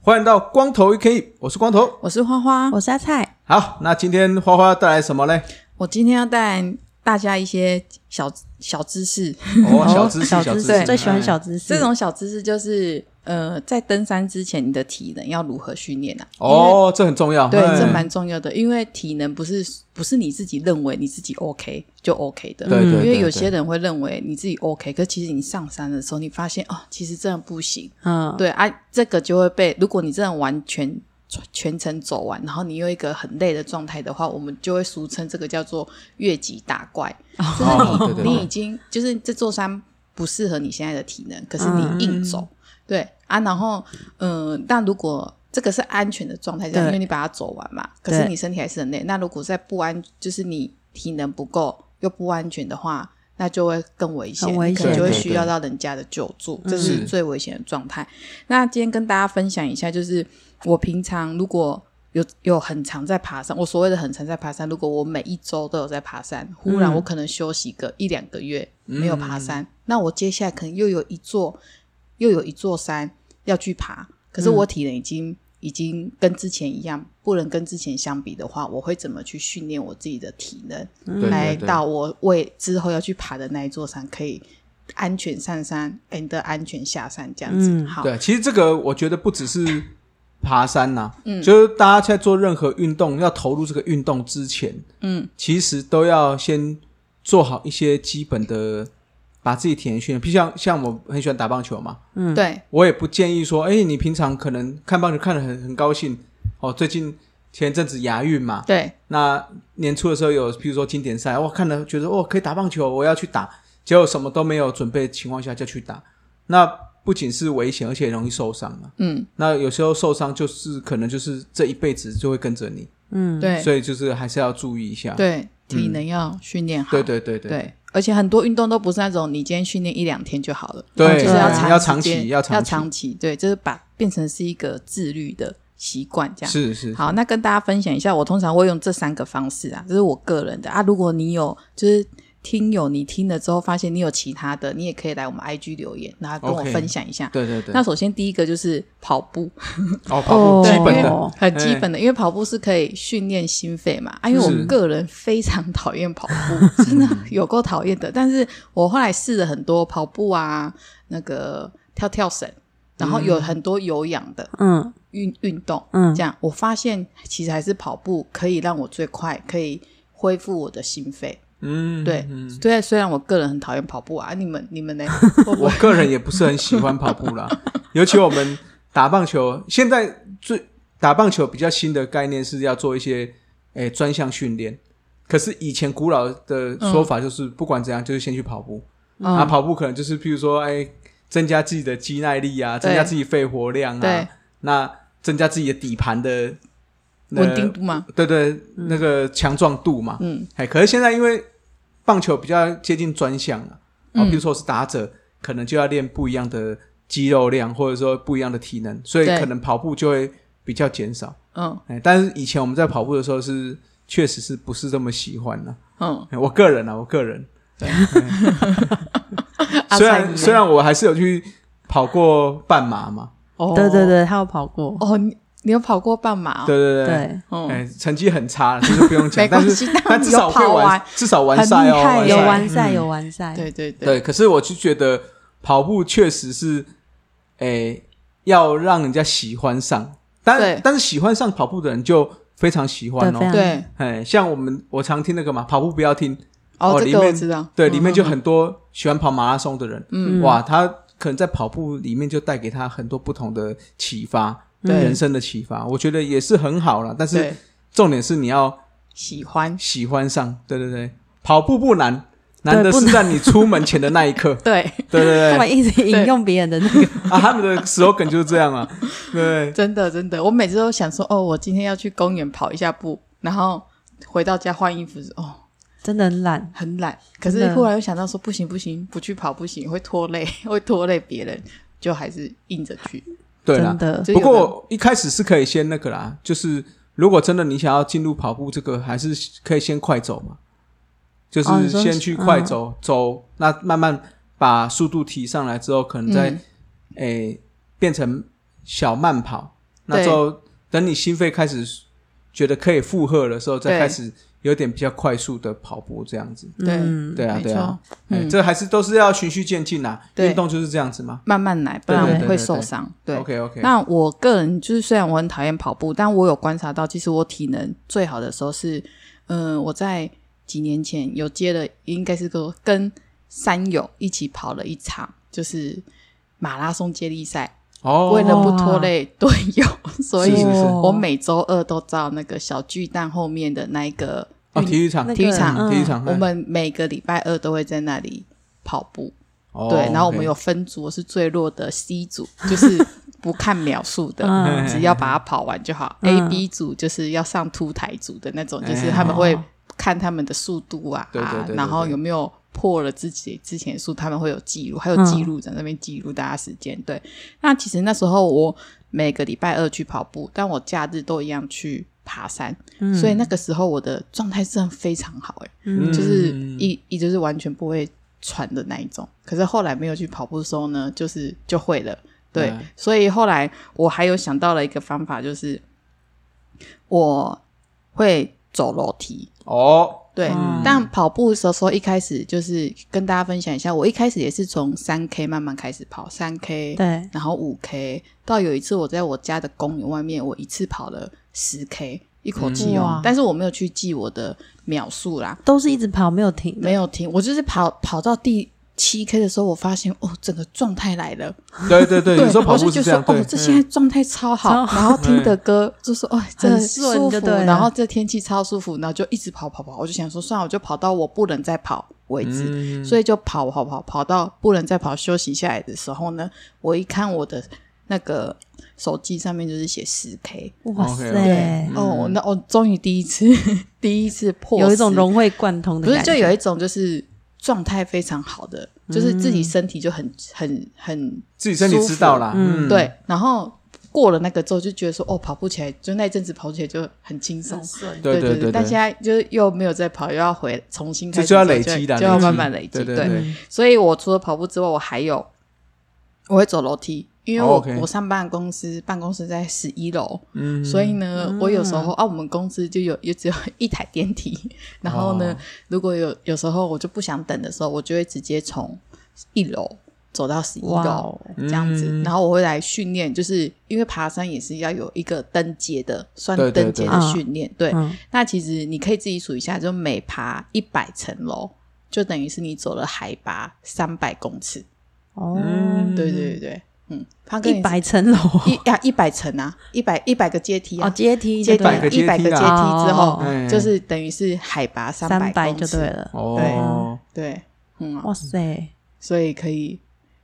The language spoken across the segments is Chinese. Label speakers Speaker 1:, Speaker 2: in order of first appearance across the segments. Speaker 1: 欢迎到光头 UK，我是光头。
Speaker 2: 我是花花，
Speaker 3: 我是阿菜，
Speaker 1: 好，那今天花花带来什么嘞？
Speaker 2: 我今天要带大家一些小小知识。
Speaker 1: 哦，小知识，
Speaker 3: 小
Speaker 1: 知
Speaker 3: 识，最喜欢
Speaker 1: 哎
Speaker 3: 小知识。
Speaker 2: 这种小知识就是，呃，在登山之前，你的体能要如何训练啊？
Speaker 1: 哦，这很重要。
Speaker 2: 对，
Speaker 1: 哎
Speaker 2: 这蛮重要的，因为体能不是不是你自己认为你自己 OK 就 OK 的，
Speaker 1: 对对对
Speaker 2: 因为有
Speaker 1: 对
Speaker 2: 些人会认为你自己 OK，可其实你上山的时候，你发现哦，其实真的不行，
Speaker 3: 嗯，
Speaker 2: 对啊，这个就会被，如果你真的完全全程走完，然后你有一个很累的状态的话，我们就会俗称这个叫做越级打怪，就是你、
Speaker 1: 哦对对对
Speaker 2: 你已经就是这座山不适合你现在的体能，可是
Speaker 1: 嗯
Speaker 2: 你硬走，对啊，然后嗯、呃但如果这个是安全的状态下，
Speaker 3: 对
Speaker 2: 因为你把它走完嘛，可是
Speaker 3: 对
Speaker 2: 你身体还是很累。那如果在不安，就是你体能不够又不安全的话，那就会更危险，
Speaker 3: 很危
Speaker 2: 你可能
Speaker 3: 险
Speaker 2: 就会
Speaker 1: 对对
Speaker 2: 需
Speaker 1: 对
Speaker 2: 要到人家的救助，这
Speaker 1: 是
Speaker 2: 是最危险的状态。那今天跟大家分享一下，就是我平常如果有有很常在爬山，我所谓的很常在爬山，如果我每一周都有在爬山，忽然我可能休息个一两个月没有爬山，那我接下来可能又有一座又有一座山要去爬，可是我体能已经、已经跟之前一样，不能跟之前相比的话，我会怎么去训练我自己的体能，
Speaker 1: 对
Speaker 2: 来
Speaker 1: 对对
Speaker 2: 到我为之后要去爬的那一座山可以安全上山，and 安全下山这样子。
Speaker 3: 嗯
Speaker 2: 好，
Speaker 1: 对，其实这个我觉得不只是爬山呐、嗯，就是大家在做任何运动，要投入这个运动之前，
Speaker 2: 嗯，
Speaker 1: 其实都要先做好一些基本的，把自己体能训练。譬如像像我很喜欢打棒球嘛，
Speaker 2: 对，
Speaker 1: 我也不建议说，哎、你平常可能看棒球看得很很高兴，哦，最近前阵子亚运嘛，
Speaker 2: 对，
Speaker 1: 那年初的时候有，譬如说经典赛，哇，看了觉得哦可以打棒球，我要去打，结果什么都没有准备的情况下就去打，那不仅是危险，而且容易受伤啊。
Speaker 2: 嗯，
Speaker 1: 那有时候受伤就是可能就是这一辈子就会跟着你，
Speaker 3: 嗯，
Speaker 2: 对，
Speaker 1: 所以就是还是要注意一下。
Speaker 2: 对，体能要训练好。
Speaker 1: 对对对对
Speaker 2: 对而且很多运动都不是那种你今天训练一两天就好了，
Speaker 1: 对
Speaker 2: 就是要
Speaker 3: 对
Speaker 2: 长
Speaker 1: 要
Speaker 2: 时
Speaker 1: 长
Speaker 2: 间
Speaker 1: 期要
Speaker 2: 要
Speaker 1: 长期
Speaker 2: 期，对，就是把变成是一个自律的习惯这样。
Speaker 1: 是是
Speaker 2: 好，那跟大家分享一下，我通常会用这三个方式啊，这是我个人的啊。如果你有就是听友，你听了之后发现你有其他的，你也可以来我们 IG 留言，然后跟我
Speaker 1: OK
Speaker 2: 分享一下。
Speaker 1: 对对对。
Speaker 2: 那首先第一个就是跑步，
Speaker 1: 哦，跑步
Speaker 3: 哦
Speaker 1: 基本的，
Speaker 3: 哦
Speaker 2: 很基本的，因为跑步是可以训练心肺嘛。啊，因为我
Speaker 1: 是
Speaker 2: 个人非常讨厌 跑步，真的有够讨厌的。但是我后来试了很多跑步啊，那个跳跳绳，然后
Speaker 1: 嗯
Speaker 2: 有很多有氧的
Speaker 3: 嗯
Speaker 2: 运运动，
Speaker 3: 嗯
Speaker 2: 这样我发现其实还是跑步可以让我最快可以恢复我的心肺。
Speaker 1: 嗯，
Speaker 2: 对
Speaker 1: 嗯，
Speaker 2: 对，虽然我个人很讨厌跑步啊，你们你们呢？
Speaker 1: 我个人也不是很喜欢跑步啦，尤其我们打棒球，现在最打棒球比较新的概念是要做一些诶专项训练。可是以前古老的说法就是，不管怎样，就是先去跑步。
Speaker 2: 嗯
Speaker 1: 啊，跑步可能就是譬如说，哎，增加自己的肌耐力啊，
Speaker 2: 对
Speaker 1: 增加自己肺活量
Speaker 2: 对
Speaker 1: 啊，那增加自己的底盘的那
Speaker 2: 稳定度嗯吗？
Speaker 1: 对对，那个强壮度嘛。
Speaker 2: 嗯，
Speaker 1: 哎，可是现在因为棒球比较接近专项啊，哦，
Speaker 2: 嗯
Speaker 1: 比如说我是打者，可能就要练不一样的肌肉量，或者说不一样的体能，所以
Speaker 2: 对
Speaker 1: 可能跑步就会比较减少。
Speaker 2: 嗯
Speaker 1: 哎，但是以前我们在跑步的时候是确实是不是这么喜欢呢、
Speaker 2: 嗯，
Speaker 1: 哎我个人啊，我个人，
Speaker 2: 对
Speaker 1: 哎
Speaker 2: 阿
Speaker 1: 虽
Speaker 2: 菜
Speaker 1: 然
Speaker 2: 你
Speaker 1: 虽然我还是有去跑过半马嘛，
Speaker 2: 哦
Speaker 3: 对对对，他有跑过，
Speaker 2: 哦，你你有跑过半马、哦？
Speaker 1: 对对对，
Speaker 3: 对，
Speaker 2: 嗯，
Speaker 1: 哎，成绩很差，这就不用讲
Speaker 2: 没，
Speaker 1: 但
Speaker 2: 关系
Speaker 1: 是
Speaker 2: 但
Speaker 1: 但
Speaker 2: 你
Speaker 1: 至
Speaker 2: 有
Speaker 1: 少会
Speaker 2: 跑
Speaker 1: 玩
Speaker 2: 完，
Speaker 1: 至少完赛哦，
Speaker 2: 很厉害对耶
Speaker 3: 有
Speaker 1: 赛
Speaker 3: 完赛有完赛，
Speaker 2: 对对对
Speaker 1: 对，可是我就觉得跑步确实是，诶，要让人家喜欢上，但
Speaker 2: 对
Speaker 1: 但是喜欢上跑步的人就非常喜欢
Speaker 3: 对
Speaker 1: 哦
Speaker 3: 非常。
Speaker 2: 对
Speaker 1: 哎，像我们我常听那个嘛，跑步不要听，
Speaker 2: 哦，这
Speaker 1: 里
Speaker 2: 个我
Speaker 1: 面
Speaker 2: 知道。
Speaker 1: 对，里面就很多喜欢跑马拉松的人，
Speaker 2: 嗯
Speaker 1: 哇，他可能在跑步里面就带给他很多不同的启发，
Speaker 2: 对
Speaker 1: 人生的启发，我觉得也是很好了。但是
Speaker 2: 嗯对，
Speaker 1: 重点是你要
Speaker 2: 喜欢。，
Speaker 1: 喜欢上，对对对，跑步不难，难的
Speaker 3: 对不
Speaker 1: 是在你出门前的那一刻
Speaker 2: 对，
Speaker 1: 对对对
Speaker 3: 干嘛，一直引用别人的那个？
Speaker 1: 啊，他们的 slogan 就是这样啊，对，
Speaker 2: 真的真的，我每次都想说，哦，我今天要去公园跑一下步，然后回到家换衣服，哦，
Speaker 3: 真的 很懒。
Speaker 2: 很懒，可是
Speaker 3: 真的
Speaker 2: 忽然又想到说不行不行，不去跑不行，会拖累， 会拖累别人，就还是硬着去。
Speaker 1: 对啦
Speaker 3: 真，的
Speaker 2: 就
Speaker 1: 不
Speaker 2: 有的
Speaker 1: 过一开始是可以先那个啦，就是如果真的你想要进入跑步这个，还是可以先快走嘛，就
Speaker 3: 哦
Speaker 1: 是
Speaker 3: 你说
Speaker 1: 先去快走、
Speaker 2: 嗯
Speaker 1: 走，那慢慢把速度提上来之后，可能再
Speaker 2: 嗯
Speaker 1: 诶、变成小慢跑，那
Speaker 2: 对
Speaker 1: 之后等你心肺开始觉得可以负荷的时候，再
Speaker 2: 对
Speaker 1: 开始有点比较快速的跑步这样子。
Speaker 2: 对
Speaker 3: 嗯
Speaker 1: 对啊，
Speaker 2: 没
Speaker 1: 对啊，
Speaker 2: 错
Speaker 1: 哎
Speaker 2: 嗯
Speaker 1: 这还是都是要循序渐进啦。
Speaker 2: 对
Speaker 1: 运动就是这样子嘛。
Speaker 2: 慢慢来，不
Speaker 1: 对
Speaker 3: 对
Speaker 2: 然
Speaker 3: 对
Speaker 2: 会
Speaker 1: 对
Speaker 2: 受
Speaker 1: 对
Speaker 2: 伤。对
Speaker 1: OK OK，
Speaker 2: 那我个人就是，虽然我很讨厌跑步，但我有观察到，其实我体能最好的时候是，嗯、我在几年前有接了，应该是个跟山友一起跑了一场，就是马拉松接力赛。
Speaker 1: 哦，
Speaker 2: 为了不拖累队友， 所以
Speaker 1: 是是是
Speaker 3: 哦
Speaker 2: 我每周二都到那个小巨蛋后面的那一个
Speaker 1: 哦体育场
Speaker 3: 那个
Speaker 2: 体育场
Speaker 1: 嗯体育场，
Speaker 2: 我们每个礼拜二都会在那里跑步。
Speaker 1: 哦
Speaker 2: 对，然后我
Speaker 1: OK
Speaker 2: 们有分组，我是最弱的 C 组，就是不看秒数的，
Speaker 3: 嗯
Speaker 2: 只要把它跑完就好。
Speaker 3: 嗯
Speaker 2: A、B 组就是要上凸台组的那种，
Speaker 1: 哎
Speaker 2: 就是他们会看他们的速度啊，
Speaker 1: 对对对对
Speaker 2: 然后有没有破了自己之前的速，他们会有记录，还
Speaker 3: 嗯
Speaker 2: 有记录在那边记录大家时间。对，那其实那时候我每个礼拜二去跑步，但我假日都一样去爬山，
Speaker 3: 嗯
Speaker 2: 所以那个时候我的状态真的非常好、欸，
Speaker 1: 嗯
Speaker 2: 就是一一就是完全不会喘的那一种。可是后来没有去跑步的时候呢，就是就会了。对，
Speaker 1: 嗯
Speaker 2: 所以后来我还有想到了一个方法，就是我会走楼梯。
Speaker 1: 哦，
Speaker 2: 对，
Speaker 3: 嗯
Speaker 2: 但跑步的时候，说一开始就是跟大家分享一下，我一开始也是从三 K 慢慢开始跑，三 K，
Speaker 3: 对，
Speaker 2: 然后五 K，到有一次我在我家的公园外面，我一次跑了十 K，一口气
Speaker 3: 嗯
Speaker 2: 哦
Speaker 3: 哇，
Speaker 2: 但是我没有去记我的秒数啦，
Speaker 3: 都是一直跑没有停的，
Speaker 2: 没有停，我就是跑跑到第七 K 的时候，我发现哦，整个状态来了。
Speaker 1: 对对 对，有时候跑
Speaker 2: 我
Speaker 1: 步
Speaker 2: 就是觉
Speaker 1: 这
Speaker 2: 得
Speaker 1: 样
Speaker 2: 说，，
Speaker 1: 对嗯
Speaker 2: 哦，，这现在状态超好，
Speaker 3: 嗯超
Speaker 2: 然后听的歌就是哦，真的
Speaker 3: 很顺
Speaker 2: 舒
Speaker 3: 就
Speaker 2: 服，
Speaker 3: 对啊了
Speaker 2: 然后这天气超舒服，然后就一直跑跑跑，我就想说，算了，我就跑到我不能再跑为止，
Speaker 1: 嗯
Speaker 2: 所以就跑跑跑跑到不能再跑，休息下来的时候呢，我一看我的那个手机上面就是写十 K，
Speaker 3: 哇
Speaker 1: OK，OK
Speaker 3: 塞，
Speaker 1: 嗯
Speaker 2: 哦，那我终于第一次 第一次破
Speaker 3: 有一种
Speaker 2: 10
Speaker 3: 融会贯通的
Speaker 2: 不是
Speaker 3: 感觉，
Speaker 2: 就有一种就是状态非常好的，就是自己身体就很很很
Speaker 1: 自己身体知道啦，
Speaker 3: 舒服
Speaker 1: 嗯，
Speaker 2: 对，然后过了那个之后就觉得说，哦，跑步起来就那一阵子跑起来就很轻松。
Speaker 3: 顺
Speaker 1: 对
Speaker 2: 对
Speaker 1: 对对，
Speaker 2: 但现在就是又没有再跑，又要回重新开
Speaker 1: 这
Speaker 2: 始，
Speaker 1: 就要累积的，
Speaker 2: 就要慢慢累
Speaker 1: 对
Speaker 2: 积。
Speaker 1: 对对，
Speaker 2: 所以我除了跑步之外，我还有我会走楼梯，因为
Speaker 1: 哦
Speaker 2: 我、
Speaker 1: ，OK
Speaker 2: 我上班的公司办公室在十一楼，
Speaker 1: 嗯，
Speaker 2: 所以呢，我有时候啊，我们公司就有也只有一台电梯，然后呢，
Speaker 1: 哦
Speaker 2: 如果有有时候我就不想等的时候，我就会直接从一楼走到十一
Speaker 3: 哇
Speaker 2: 楼
Speaker 3: 哦
Speaker 2: 这样子，
Speaker 1: 嗯
Speaker 2: 然后我会来训练，就是因为爬山也是要有一个登阶的，算
Speaker 1: 对对
Speaker 2: 登阶
Speaker 1: 对
Speaker 2: 的
Speaker 3: 嗯
Speaker 2: 训练，对。
Speaker 3: 嗯
Speaker 2: 那其实你可以自己数一下，就每爬一百层楼，就等于是你走了海拔三百公尺。
Speaker 3: 哦，
Speaker 1: 嗯
Speaker 2: 对对对对，嗯，他跟你
Speaker 3: 一百层楼
Speaker 2: 一呀一百层啊，一百一百个阶梯啊，
Speaker 3: 哦，阶梯
Speaker 2: 阶
Speaker 3: 就
Speaker 2: 梯
Speaker 3: 对了
Speaker 1: 个
Speaker 2: 一百
Speaker 1: 阶
Speaker 2: 个
Speaker 1: 梯
Speaker 2: 阶梯
Speaker 1: 啦
Speaker 2: 之后
Speaker 3: 哦，
Speaker 1: 嗯
Speaker 2: 就是等于是海拔三
Speaker 3: 三百
Speaker 2: 百
Speaker 3: 就对了，
Speaker 1: 哦，
Speaker 2: 对，嗯啊、
Speaker 3: 哇塞，
Speaker 2: 所以可以，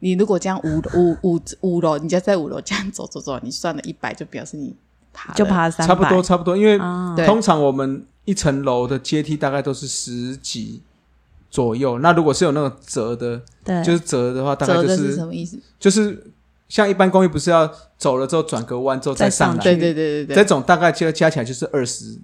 Speaker 2: 你如果这样五五五五楼，你家在五楼这样走走走，你算了一百，就表示你爬了
Speaker 3: 就爬三
Speaker 1: 差
Speaker 3: 百，
Speaker 1: 不多差不多，因为
Speaker 3: 啊，
Speaker 2: 嗯对
Speaker 1: 通常我们一层楼的阶梯大概都是十几左右，那如果是有那种折的，
Speaker 3: 对，
Speaker 1: 就是折的话，大概
Speaker 2: 折
Speaker 1: 就
Speaker 2: 的是
Speaker 1: 是
Speaker 2: 什么意思？
Speaker 1: 就是像一般公寓不是要走了之后转个弯之后再
Speaker 3: 再上
Speaker 1: 上来，
Speaker 2: 对对对对
Speaker 1: 这
Speaker 2: 对，
Speaker 1: 种大概就加起来就是二十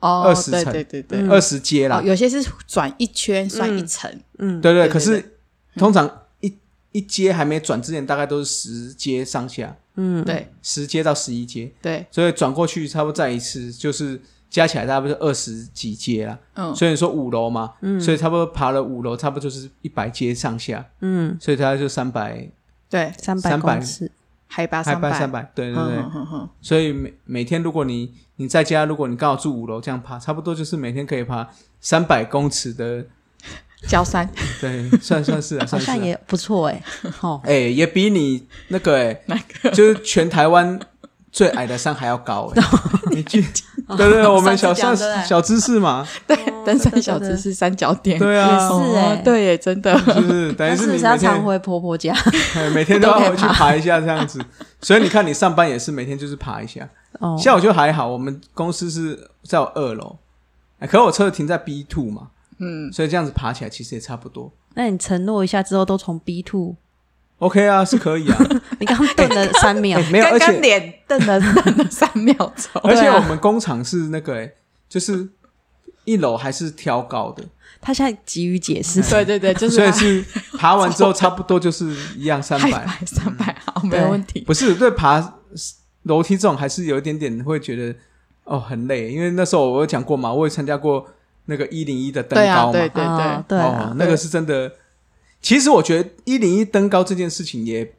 Speaker 2: 哦，
Speaker 1: 20
Speaker 2: 对
Speaker 1: 层
Speaker 2: 对对对，
Speaker 3: 嗯
Speaker 1: 二十阶啦
Speaker 2: 哦，，有些是转一圈算一
Speaker 3: 嗯
Speaker 2: 层，
Speaker 3: 嗯，
Speaker 1: 对对，
Speaker 2: 对
Speaker 1: 可
Speaker 2: 对嗯
Speaker 1: 是通常一一阶还没转之前，大概都是十阶上下，
Speaker 3: 嗯，
Speaker 2: 对
Speaker 1: 十阶到十一阶，
Speaker 2: 对，
Speaker 1: 所以转过去差不多再一次，就是加起来大概不是二十几阶啦。
Speaker 2: 嗯，
Speaker 1: 虽然说五楼嘛，所以差不多爬了五楼，差不多就是一百阶上下，
Speaker 3: 嗯，
Speaker 1: 所以大概就三百，
Speaker 2: 对，
Speaker 3: 三
Speaker 1: 300
Speaker 3: 公尺，
Speaker 2: 海拔
Speaker 1: 还
Speaker 2: 三
Speaker 1: 百
Speaker 2: 百，
Speaker 1: 三百，对对对。
Speaker 2: 嗯嗯嗯，
Speaker 1: 所以每每天如果你你在家，如果你刚好住五楼这样爬，差不多就是每天可以爬三百公尺的，
Speaker 2: 焦山
Speaker 1: 对，算算是啊，
Speaker 3: 好
Speaker 1: 算是、啊
Speaker 3: 像。也不错 哎，哦，
Speaker 1: 哎、也比你那个 哎、
Speaker 2: 那个
Speaker 1: 就是全台湾最矮的山还要高 哎、
Speaker 3: 哦
Speaker 1: 你去， 对对对，我们小
Speaker 3: 上次
Speaker 1: 上
Speaker 3: 讲对不对
Speaker 1: 小知识嘛，
Speaker 2: 哦对，登山小知识三角点，
Speaker 1: 对啊，
Speaker 3: 是
Speaker 2: 哦
Speaker 3: 哎，，
Speaker 2: 对耶，真的，
Speaker 1: 就是等于
Speaker 3: 那
Speaker 1: 是
Speaker 3: 是不
Speaker 1: 你
Speaker 3: 是要
Speaker 1: 每
Speaker 3: 常
Speaker 1: 天
Speaker 3: 回婆婆家？
Speaker 1: 哎每天都要回去爬一下这样 子，所以你看你上班也是每天就是爬一下，
Speaker 3: 啊哦，
Speaker 1: 下午就还好，我们公司是在我二楼，哎可我车停在 B two 嘛，
Speaker 2: 嗯，
Speaker 1: 所以这样子爬起来其实也差不多。
Speaker 3: 那你承诺一下之后都从 B two，
Speaker 1: OK 啊，是可以 啊，
Speaker 3: 你刚刚顿了三秒
Speaker 1: 哎、，没有，而
Speaker 2: 刚
Speaker 1: 且
Speaker 2: 刚脸瞪了瞪了三秒 钟，
Speaker 1: 而且
Speaker 3: 对啊
Speaker 1: 我们工厂是那个、欸，就是一楼还是挑高的，
Speaker 3: 他现在急于解释，
Speaker 2: 对 对对，就是
Speaker 1: 所以是爬完之后差不多就是一样三
Speaker 2: 三
Speaker 1: 百，
Speaker 2: 三百嗯好，没有问题。
Speaker 1: 不是对爬楼梯这种还是有一点点会觉得哦很累，因为那时候我有讲过嘛，我也参加过那个一零一的登
Speaker 2: 对啊，
Speaker 1: 高嘛，
Speaker 2: 对对对
Speaker 3: 啊，对啊
Speaker 1: 哦，那个是真的。其实我觉得一零一登高这件事情也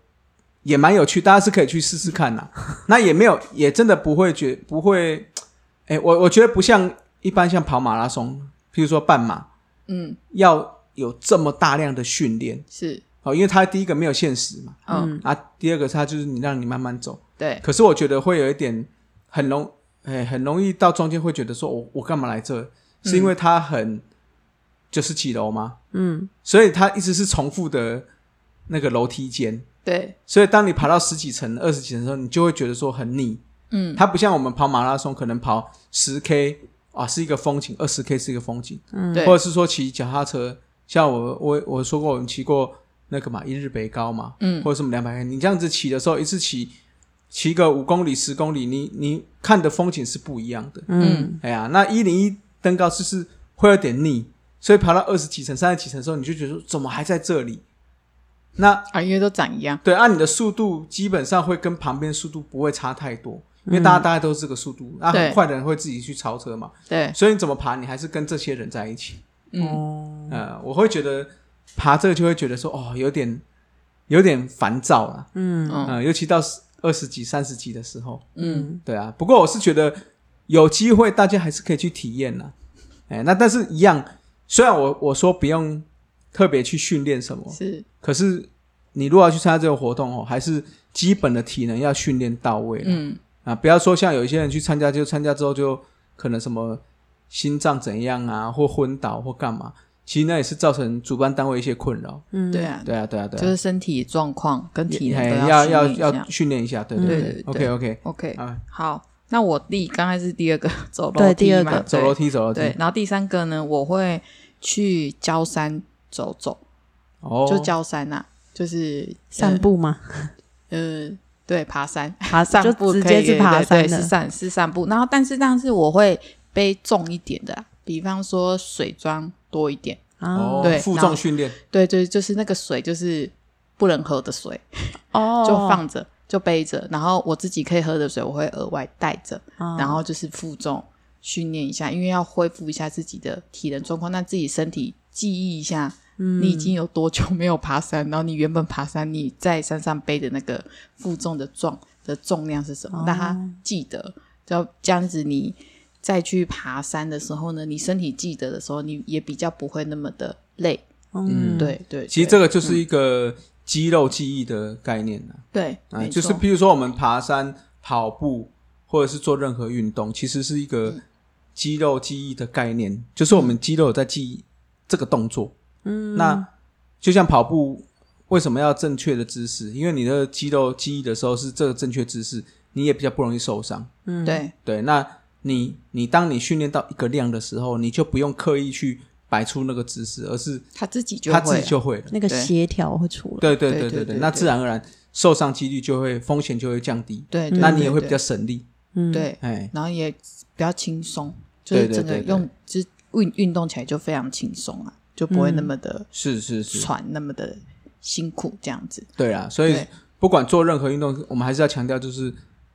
Speaker 1: 也蛮有趣，大家是可以去试试看呐、那也没有，也真的不会觉不会，哎，我我觉得不像一般像跑马拉松，譬如说半马，
Speaker 2: 嗯，
Speaker 1: 要有这么大量的训练
Speaker 2: 是，
Speaker 1: 哦，因为它第一个没有限时嘛，
Speaker 2: 嗯，
Speaker 3: 嗯，
Speaker 1: 啊，第二个它就是你让你慢慢走。
Speaker 2: 对，
Speaker 1: 可是我觉得会有一点很容，哎，很容易到中间会觉得说哦我我干嘛来这？是因为它很九十几楼吗？
Speaker 3: 嗯，
Speaker 2: 呃
Speaker 1: 所以它一直是重复的那个楼梯间。
Speaker 2: 对，
Speaker 1: 所以当你爬到十几层、二十几层的时候，你就会觉得说很腻。
Speaker 2: 嗯，
Speaker 1: 它不像我们跑马拉松，可能跑十 K 啊是一个风景，二十 K 是一个风景，
Speaker 2: 对
Speaker 1: 或者是说骑脚踏车，像我我我说过我们骑过那个嘛一日北高嘛，
Speaker 2: 嗯
Speaker 1: 或者什么两百 K，你这样子骑的时候，一次骑骑个五公里、十公里，你你看的风景是不一样的。
Speaker 3: 嗯，
Speaker 1: 哎呀，那一零一登高就是会有点腻，所以爬到二十几层、三十几层的时候，你就觉得说怎么还在这里？那
Speaker 2: 啊，因为都长一样，
Speaker 1: 对，啊按、你的速度基本上会跟旁边速度不会差太多，因为大家大概都是这个速度，那、
Speaker 2: 嗯对
Speaker 1: 很快的人会自己去超车嘛，
Speaker 2: 对，
Speaker 1: 所以你怎么爬，你还是跟这些人在一起。
Speaker 2: 嗯，
Speaker 3: 哦，
Speaker 1: 呃，我会觉得爬这个就会觉得说哦，有点有点烦躁啦，
Speaker 3: 嗯
Speaker 2: 嗯
Speaker 1: 呃，尤其到十二十几、三十几的时候，
Speaker 2: 嗯，
Speaker 1: 对啊，不过我是觉得有机会大家还是可以去体验啦。哎，那但是一样，虽然我我说不用特别去训练什么，
Speaker 2: 是，
Speaker 1: 可是你如果要去参加这个活动哦，还是基本的体能要训练到位啦
Speaker 2: 嗯，
Speaker 1: 啊，不要说像有一些人去参加，就参加之后就可能什么心脏怎样啊，或昏倒或干嘛，其实那也是造成主办单位一些困扰。
Speaker 3: 嗯，
Speaker 2: 对啊，
Speaker 1: 对啊，对啊，对啊，
Speaker 2: 就是身体状况跟体能
Speaker 1: 哎
Speaker 2: 都
Speaker 1: 要
Speaker 2: 要
Speaker 1: 要
Speaker 2: 训练
Speaker 1: 要训练
Speaker 2: 一下
Speaker 1: 一下，对
Speaker 2: 对
Speaker 1: 对
Speaker 2: 对
Speaker 1: OK
Speaker 2: 对
Speaker 1: OK，
Speaker 2: OK，
Speaker 1: 啊，
Speaker 2: 好，那我弟刚开始第二个 走楼
Speaker 3: 对
Speaker 2: 梯
Speaker 3: 第二
Speaker 2: 嘛
Speaker 3: 个
Speaker 1: 走楼梯走楼
Speaker 2: 对，对
Speaker 1: 梯，
Speaker 2: 然后第三个呢，我会去郊山走走，
Speaker 1: 哦，
Speaker 2: 就郊山呐，就是
Speaker 3: 散步吗？
Speaker 2: 呃，对，爬山，
Speaker 3: 爬
Speaker 2: 散步
Speaker 3: 就直
Speaker 2: 可以
Speaker 3: 接是爬山
Speaker 2: 对，对是
Speaker 3: 的，
Speaker 2: 散是散步。然后，但是但是我会背重一点的啊，比方说水装多一点。
Speaker 1: 哦
Speaker 3: 啊
Speaker 2: 对
Speaker 1: 负
Speaker 2: 然后
Speaker 1: 重训练，
Speaker 2: 对对，就是那个水就是不能喝的水，
Speaker 3: 哦
Speaker 2: 就放着就背着。然后我自己可以喝的水，我会额外带着。
Speaker 3: 哦
Speaker 2: 然后就是负重训练一下，因为要恢复一下自己的体能状况，那自己身体记忆一下，
Speaker 3: 嗯
Speaker 2: 你已经有多久没有爬山，然后你原本爬山你在山上背的那个负重的重的重量是什
Speaker 3: 哦
Speaker 2: 么，让他记得，就这样子你。再去爬山的时候呢，你身体记得的时候，你也比较不会那么的累。
Speaker 1: 嗯
Speaker 3: 嗯，
Speaker 2: 对对，
Speaker 1: 其实
Speaker 2: 对
Speaker 1: 这个就是一个肌肉记忆的概念啊。
Speaker 2: 对，
Speaker 1: 啊，
Speaker 2: 嗯没
Speaker 1: 就是
Speaker 2: 错
Speaker 1: 譬如说我们爬山、跑步，或者是做任何运动，其实是一个
Speaker 2: 嗯
Speaker 1: 肌肉记忆的概念，就是我们肌肉有在记忆这个动作。
Speaker 3: 嗯，
Speaker 1: 那就像跑步，为什么要正确的姿势？因为你的肌肉记忆的时候是这个正确姿势，你也比较不容易受伤。
Speaker 3: 嗯，
Speaker 2: 对
Speaker 1: 对，那你你当你训练到一个量的时候，你就不用刻意去摆出那个姿势，而是
Speaker 2: 他自己就
Speaker 1: 它自
Speaker 2: 会
Speaker 1: 己就会了。
Speaker 3: 那个
Speaker 2: 对
Speaker 3: 协调会出来，
Speaker 1: 对对对
Speaker 2: 对对
Speaker 1: 对
Speaker 2: 对
Speaker 1: 对，那
Speaker 2: 对
Speaker 1: 自然而然受伤几率就会风险就会降低。
Speaker 2: 对，对
Speaker 1: 那你也会
Speaker 2: 对
Speaker 1: 比较省力。
Speaker 3: 嗯，
Speaker 2: 对，
Speaker 1: 哎，
Speaker 2: 然后也比较轻松，就是
Speaker 1: 对对
Speaker 2: 整个
Speaker 1: 对对
Speaker 2: 用就是运运动起来就非常轻松啊，就不
Speaker 3: 嗯
Speaker 2: 会那么的
Speaker 1: 是是是，
Speaker 2: 喘，那么的辛苦这样子。
Speaker 1: 对啦。所以
Speaker 2: 对
Speaker 1: 不管做任何运动，我们还是要强调，就是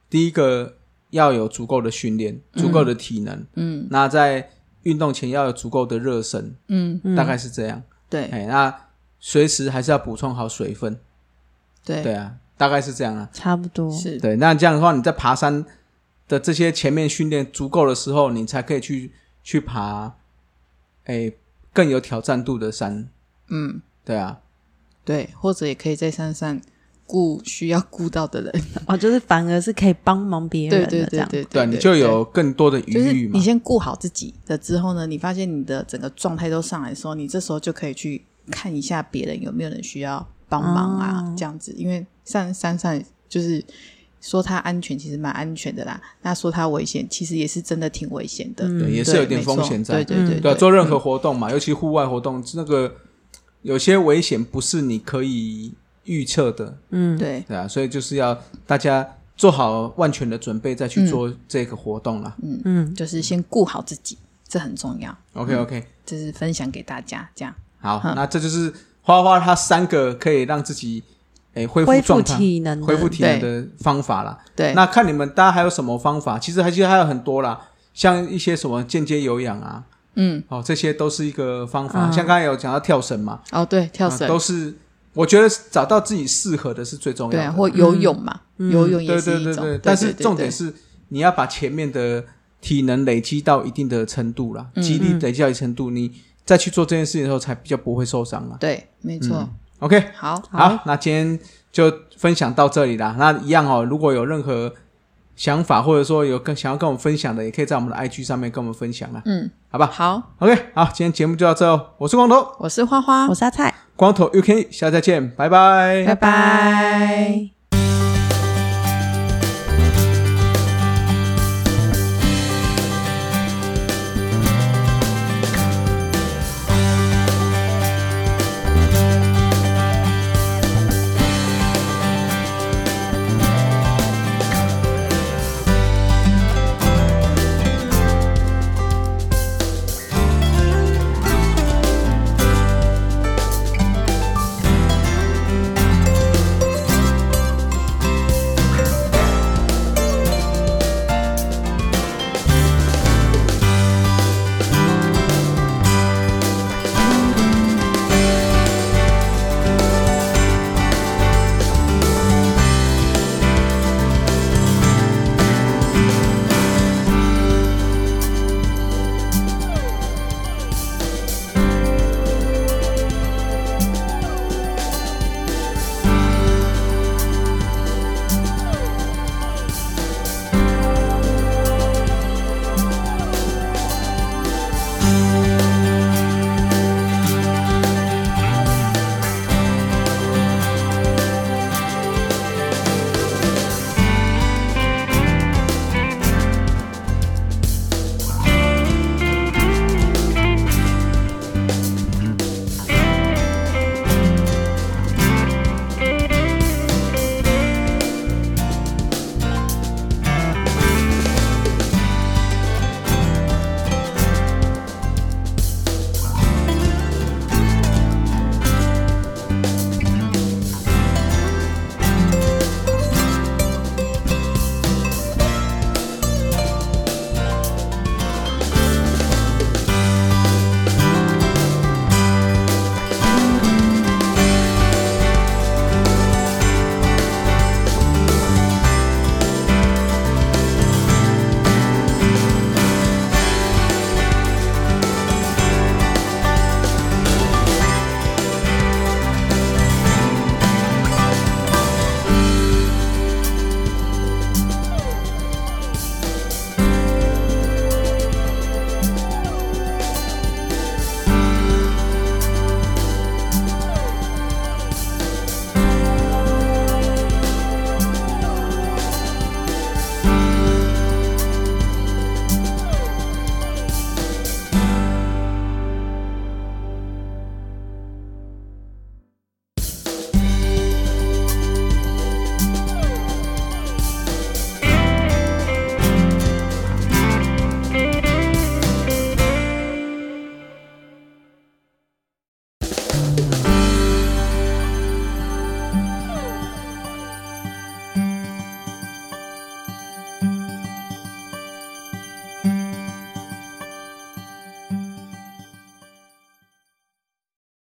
Speaker 1: 第一个要有足够的训练，足够的体能。
Speaker 2: 嗯
Speaker 1: 那在运动前要有足够的热身，
Speaker 2: 嗯，
Speaker 3: 嗯
Speaker 1: 大概是这样。
Speaker 2: 对
Speaker 1: 哎，那随时还是要补充好水分。
Speaker 2: 对
Speaker 1: 对啊，大概是这样啊。
Speaker 3: 差不多，
Speaker 2: 是，
Speaker 1: 对，那这样的话，你在爬山的这些前面训练足够的时候，你才可以去去爬，哎，更有挑战度的山。
Speaker 2: 嗯
Speaker 1: 对啊，
Speaker 2: 对，或者也可以在山上顾需要顾到的人，
Speaker 3: 哦，就是反而是可以帮忙别
Speaker 2: 对
Speaker 3: 人
Speaker 2: 对
Speaker 3: 的这
Speaker 2: 对
Speaker 3: 样，
Speaker 2: 对
Speaker 1: 对啊，你就有更多的余
Speaker 2: 就是
Speaker 1: 裕嘛。
Speaker 2: 你先顾好自己的之后呢，你发现你的整个状态都上来的时候，你这时候就可以去看一下别人有没有人需要帮忙啊，
Speaker 3: 哦
Speaker 2: 这样子，因为上山上就是说它安全，其实蛮安全的啦。那说它危险，其实也是真的挺危险的。
Speaker 1: 对，也是有点风险在。
Speaker 2: 对没错对对
Speaker 1: 对啊
Speaker 2: 对，
Speaker 1: 做任何活动嘛，尤其户外活动，那个有些危险不是你可以预测的，
Speaker 3: 嗯，
Speaker 2: 对，
Speaker 1: 对啊，所以就是要大家做好万全的准备再去做这个活动啦。
Speaker 3: 嗯，
Speaker 2: 就是先顾好自己，这很重要。
Speaker 1: OK OK，
Speaker 2: 这是分享给大家，这样
Speaker 1: 嗯好，那这就是花花她三个可以让自己诶恢复
Speaker 3: 恢复
Speaker 1: 状态、
Speaker 3: 体能的，
Speaker 1: 恢复体能的方法啦。
Speaker 2: 对。
Speaker 1: 那看你们大家还有什么方法？其实还其实还有很多啦，像一些什么间接有氧啊，
Speaker 2: 嗯，
Speaker 1: 哦，这些都是一个方法。
Speaker 3: 嗯
Speaker 1: 像刚才有讲到跳绳嘛，
Speaker 2: 哦，对，跳
Speaker 1: 啊
Speaker 2: 绳，
Speaker 1: 都是我觉得找到自己适合的是最重要
Speaker 2: 对
Speaker 1: 的。
Speaker 2: 啊，或游泳嘛，游泳也
Speaker 1: 对
Speaker 2: 是
Speaker 1: 对
Speaker 2: 一
Speaker 1: 对
Speaker 2: 种。对
Speaker 1: 但是重点，
Speaker 2: 对
Speaker 1: 是你要把前面的体能累积到一定的程度啦，
Speaker 2: 嗯
Speaker 1: 肌力累积到一定程度，你再去做这件事情的时候，才比较不会受伤啦。啊
Speaker 2: 对对，没
Speaker 1: 嗯
Speaker 2: 错。
Speaker 1: OK，
Speaker 2: 好，
Speaker 1: 好，那今天就分享到这里啦。那一样哦，如果有任何想法，或者说有跟想要跟我们分享的，也可以在我们的 IG 上面跟我们分享啦，
Speaker 2: 嗯，
Speaker 1: 好吧
Speaker 2: 好，
Speaker 1: ？OK，好，今天节目就到这哦。我是光头，
Speaker 2: 我是花花
Speaker 3: 我，是阿菜，
Speaker 1: 光头 UK，下次再见，拜拜
Speaker 2: 拜拜。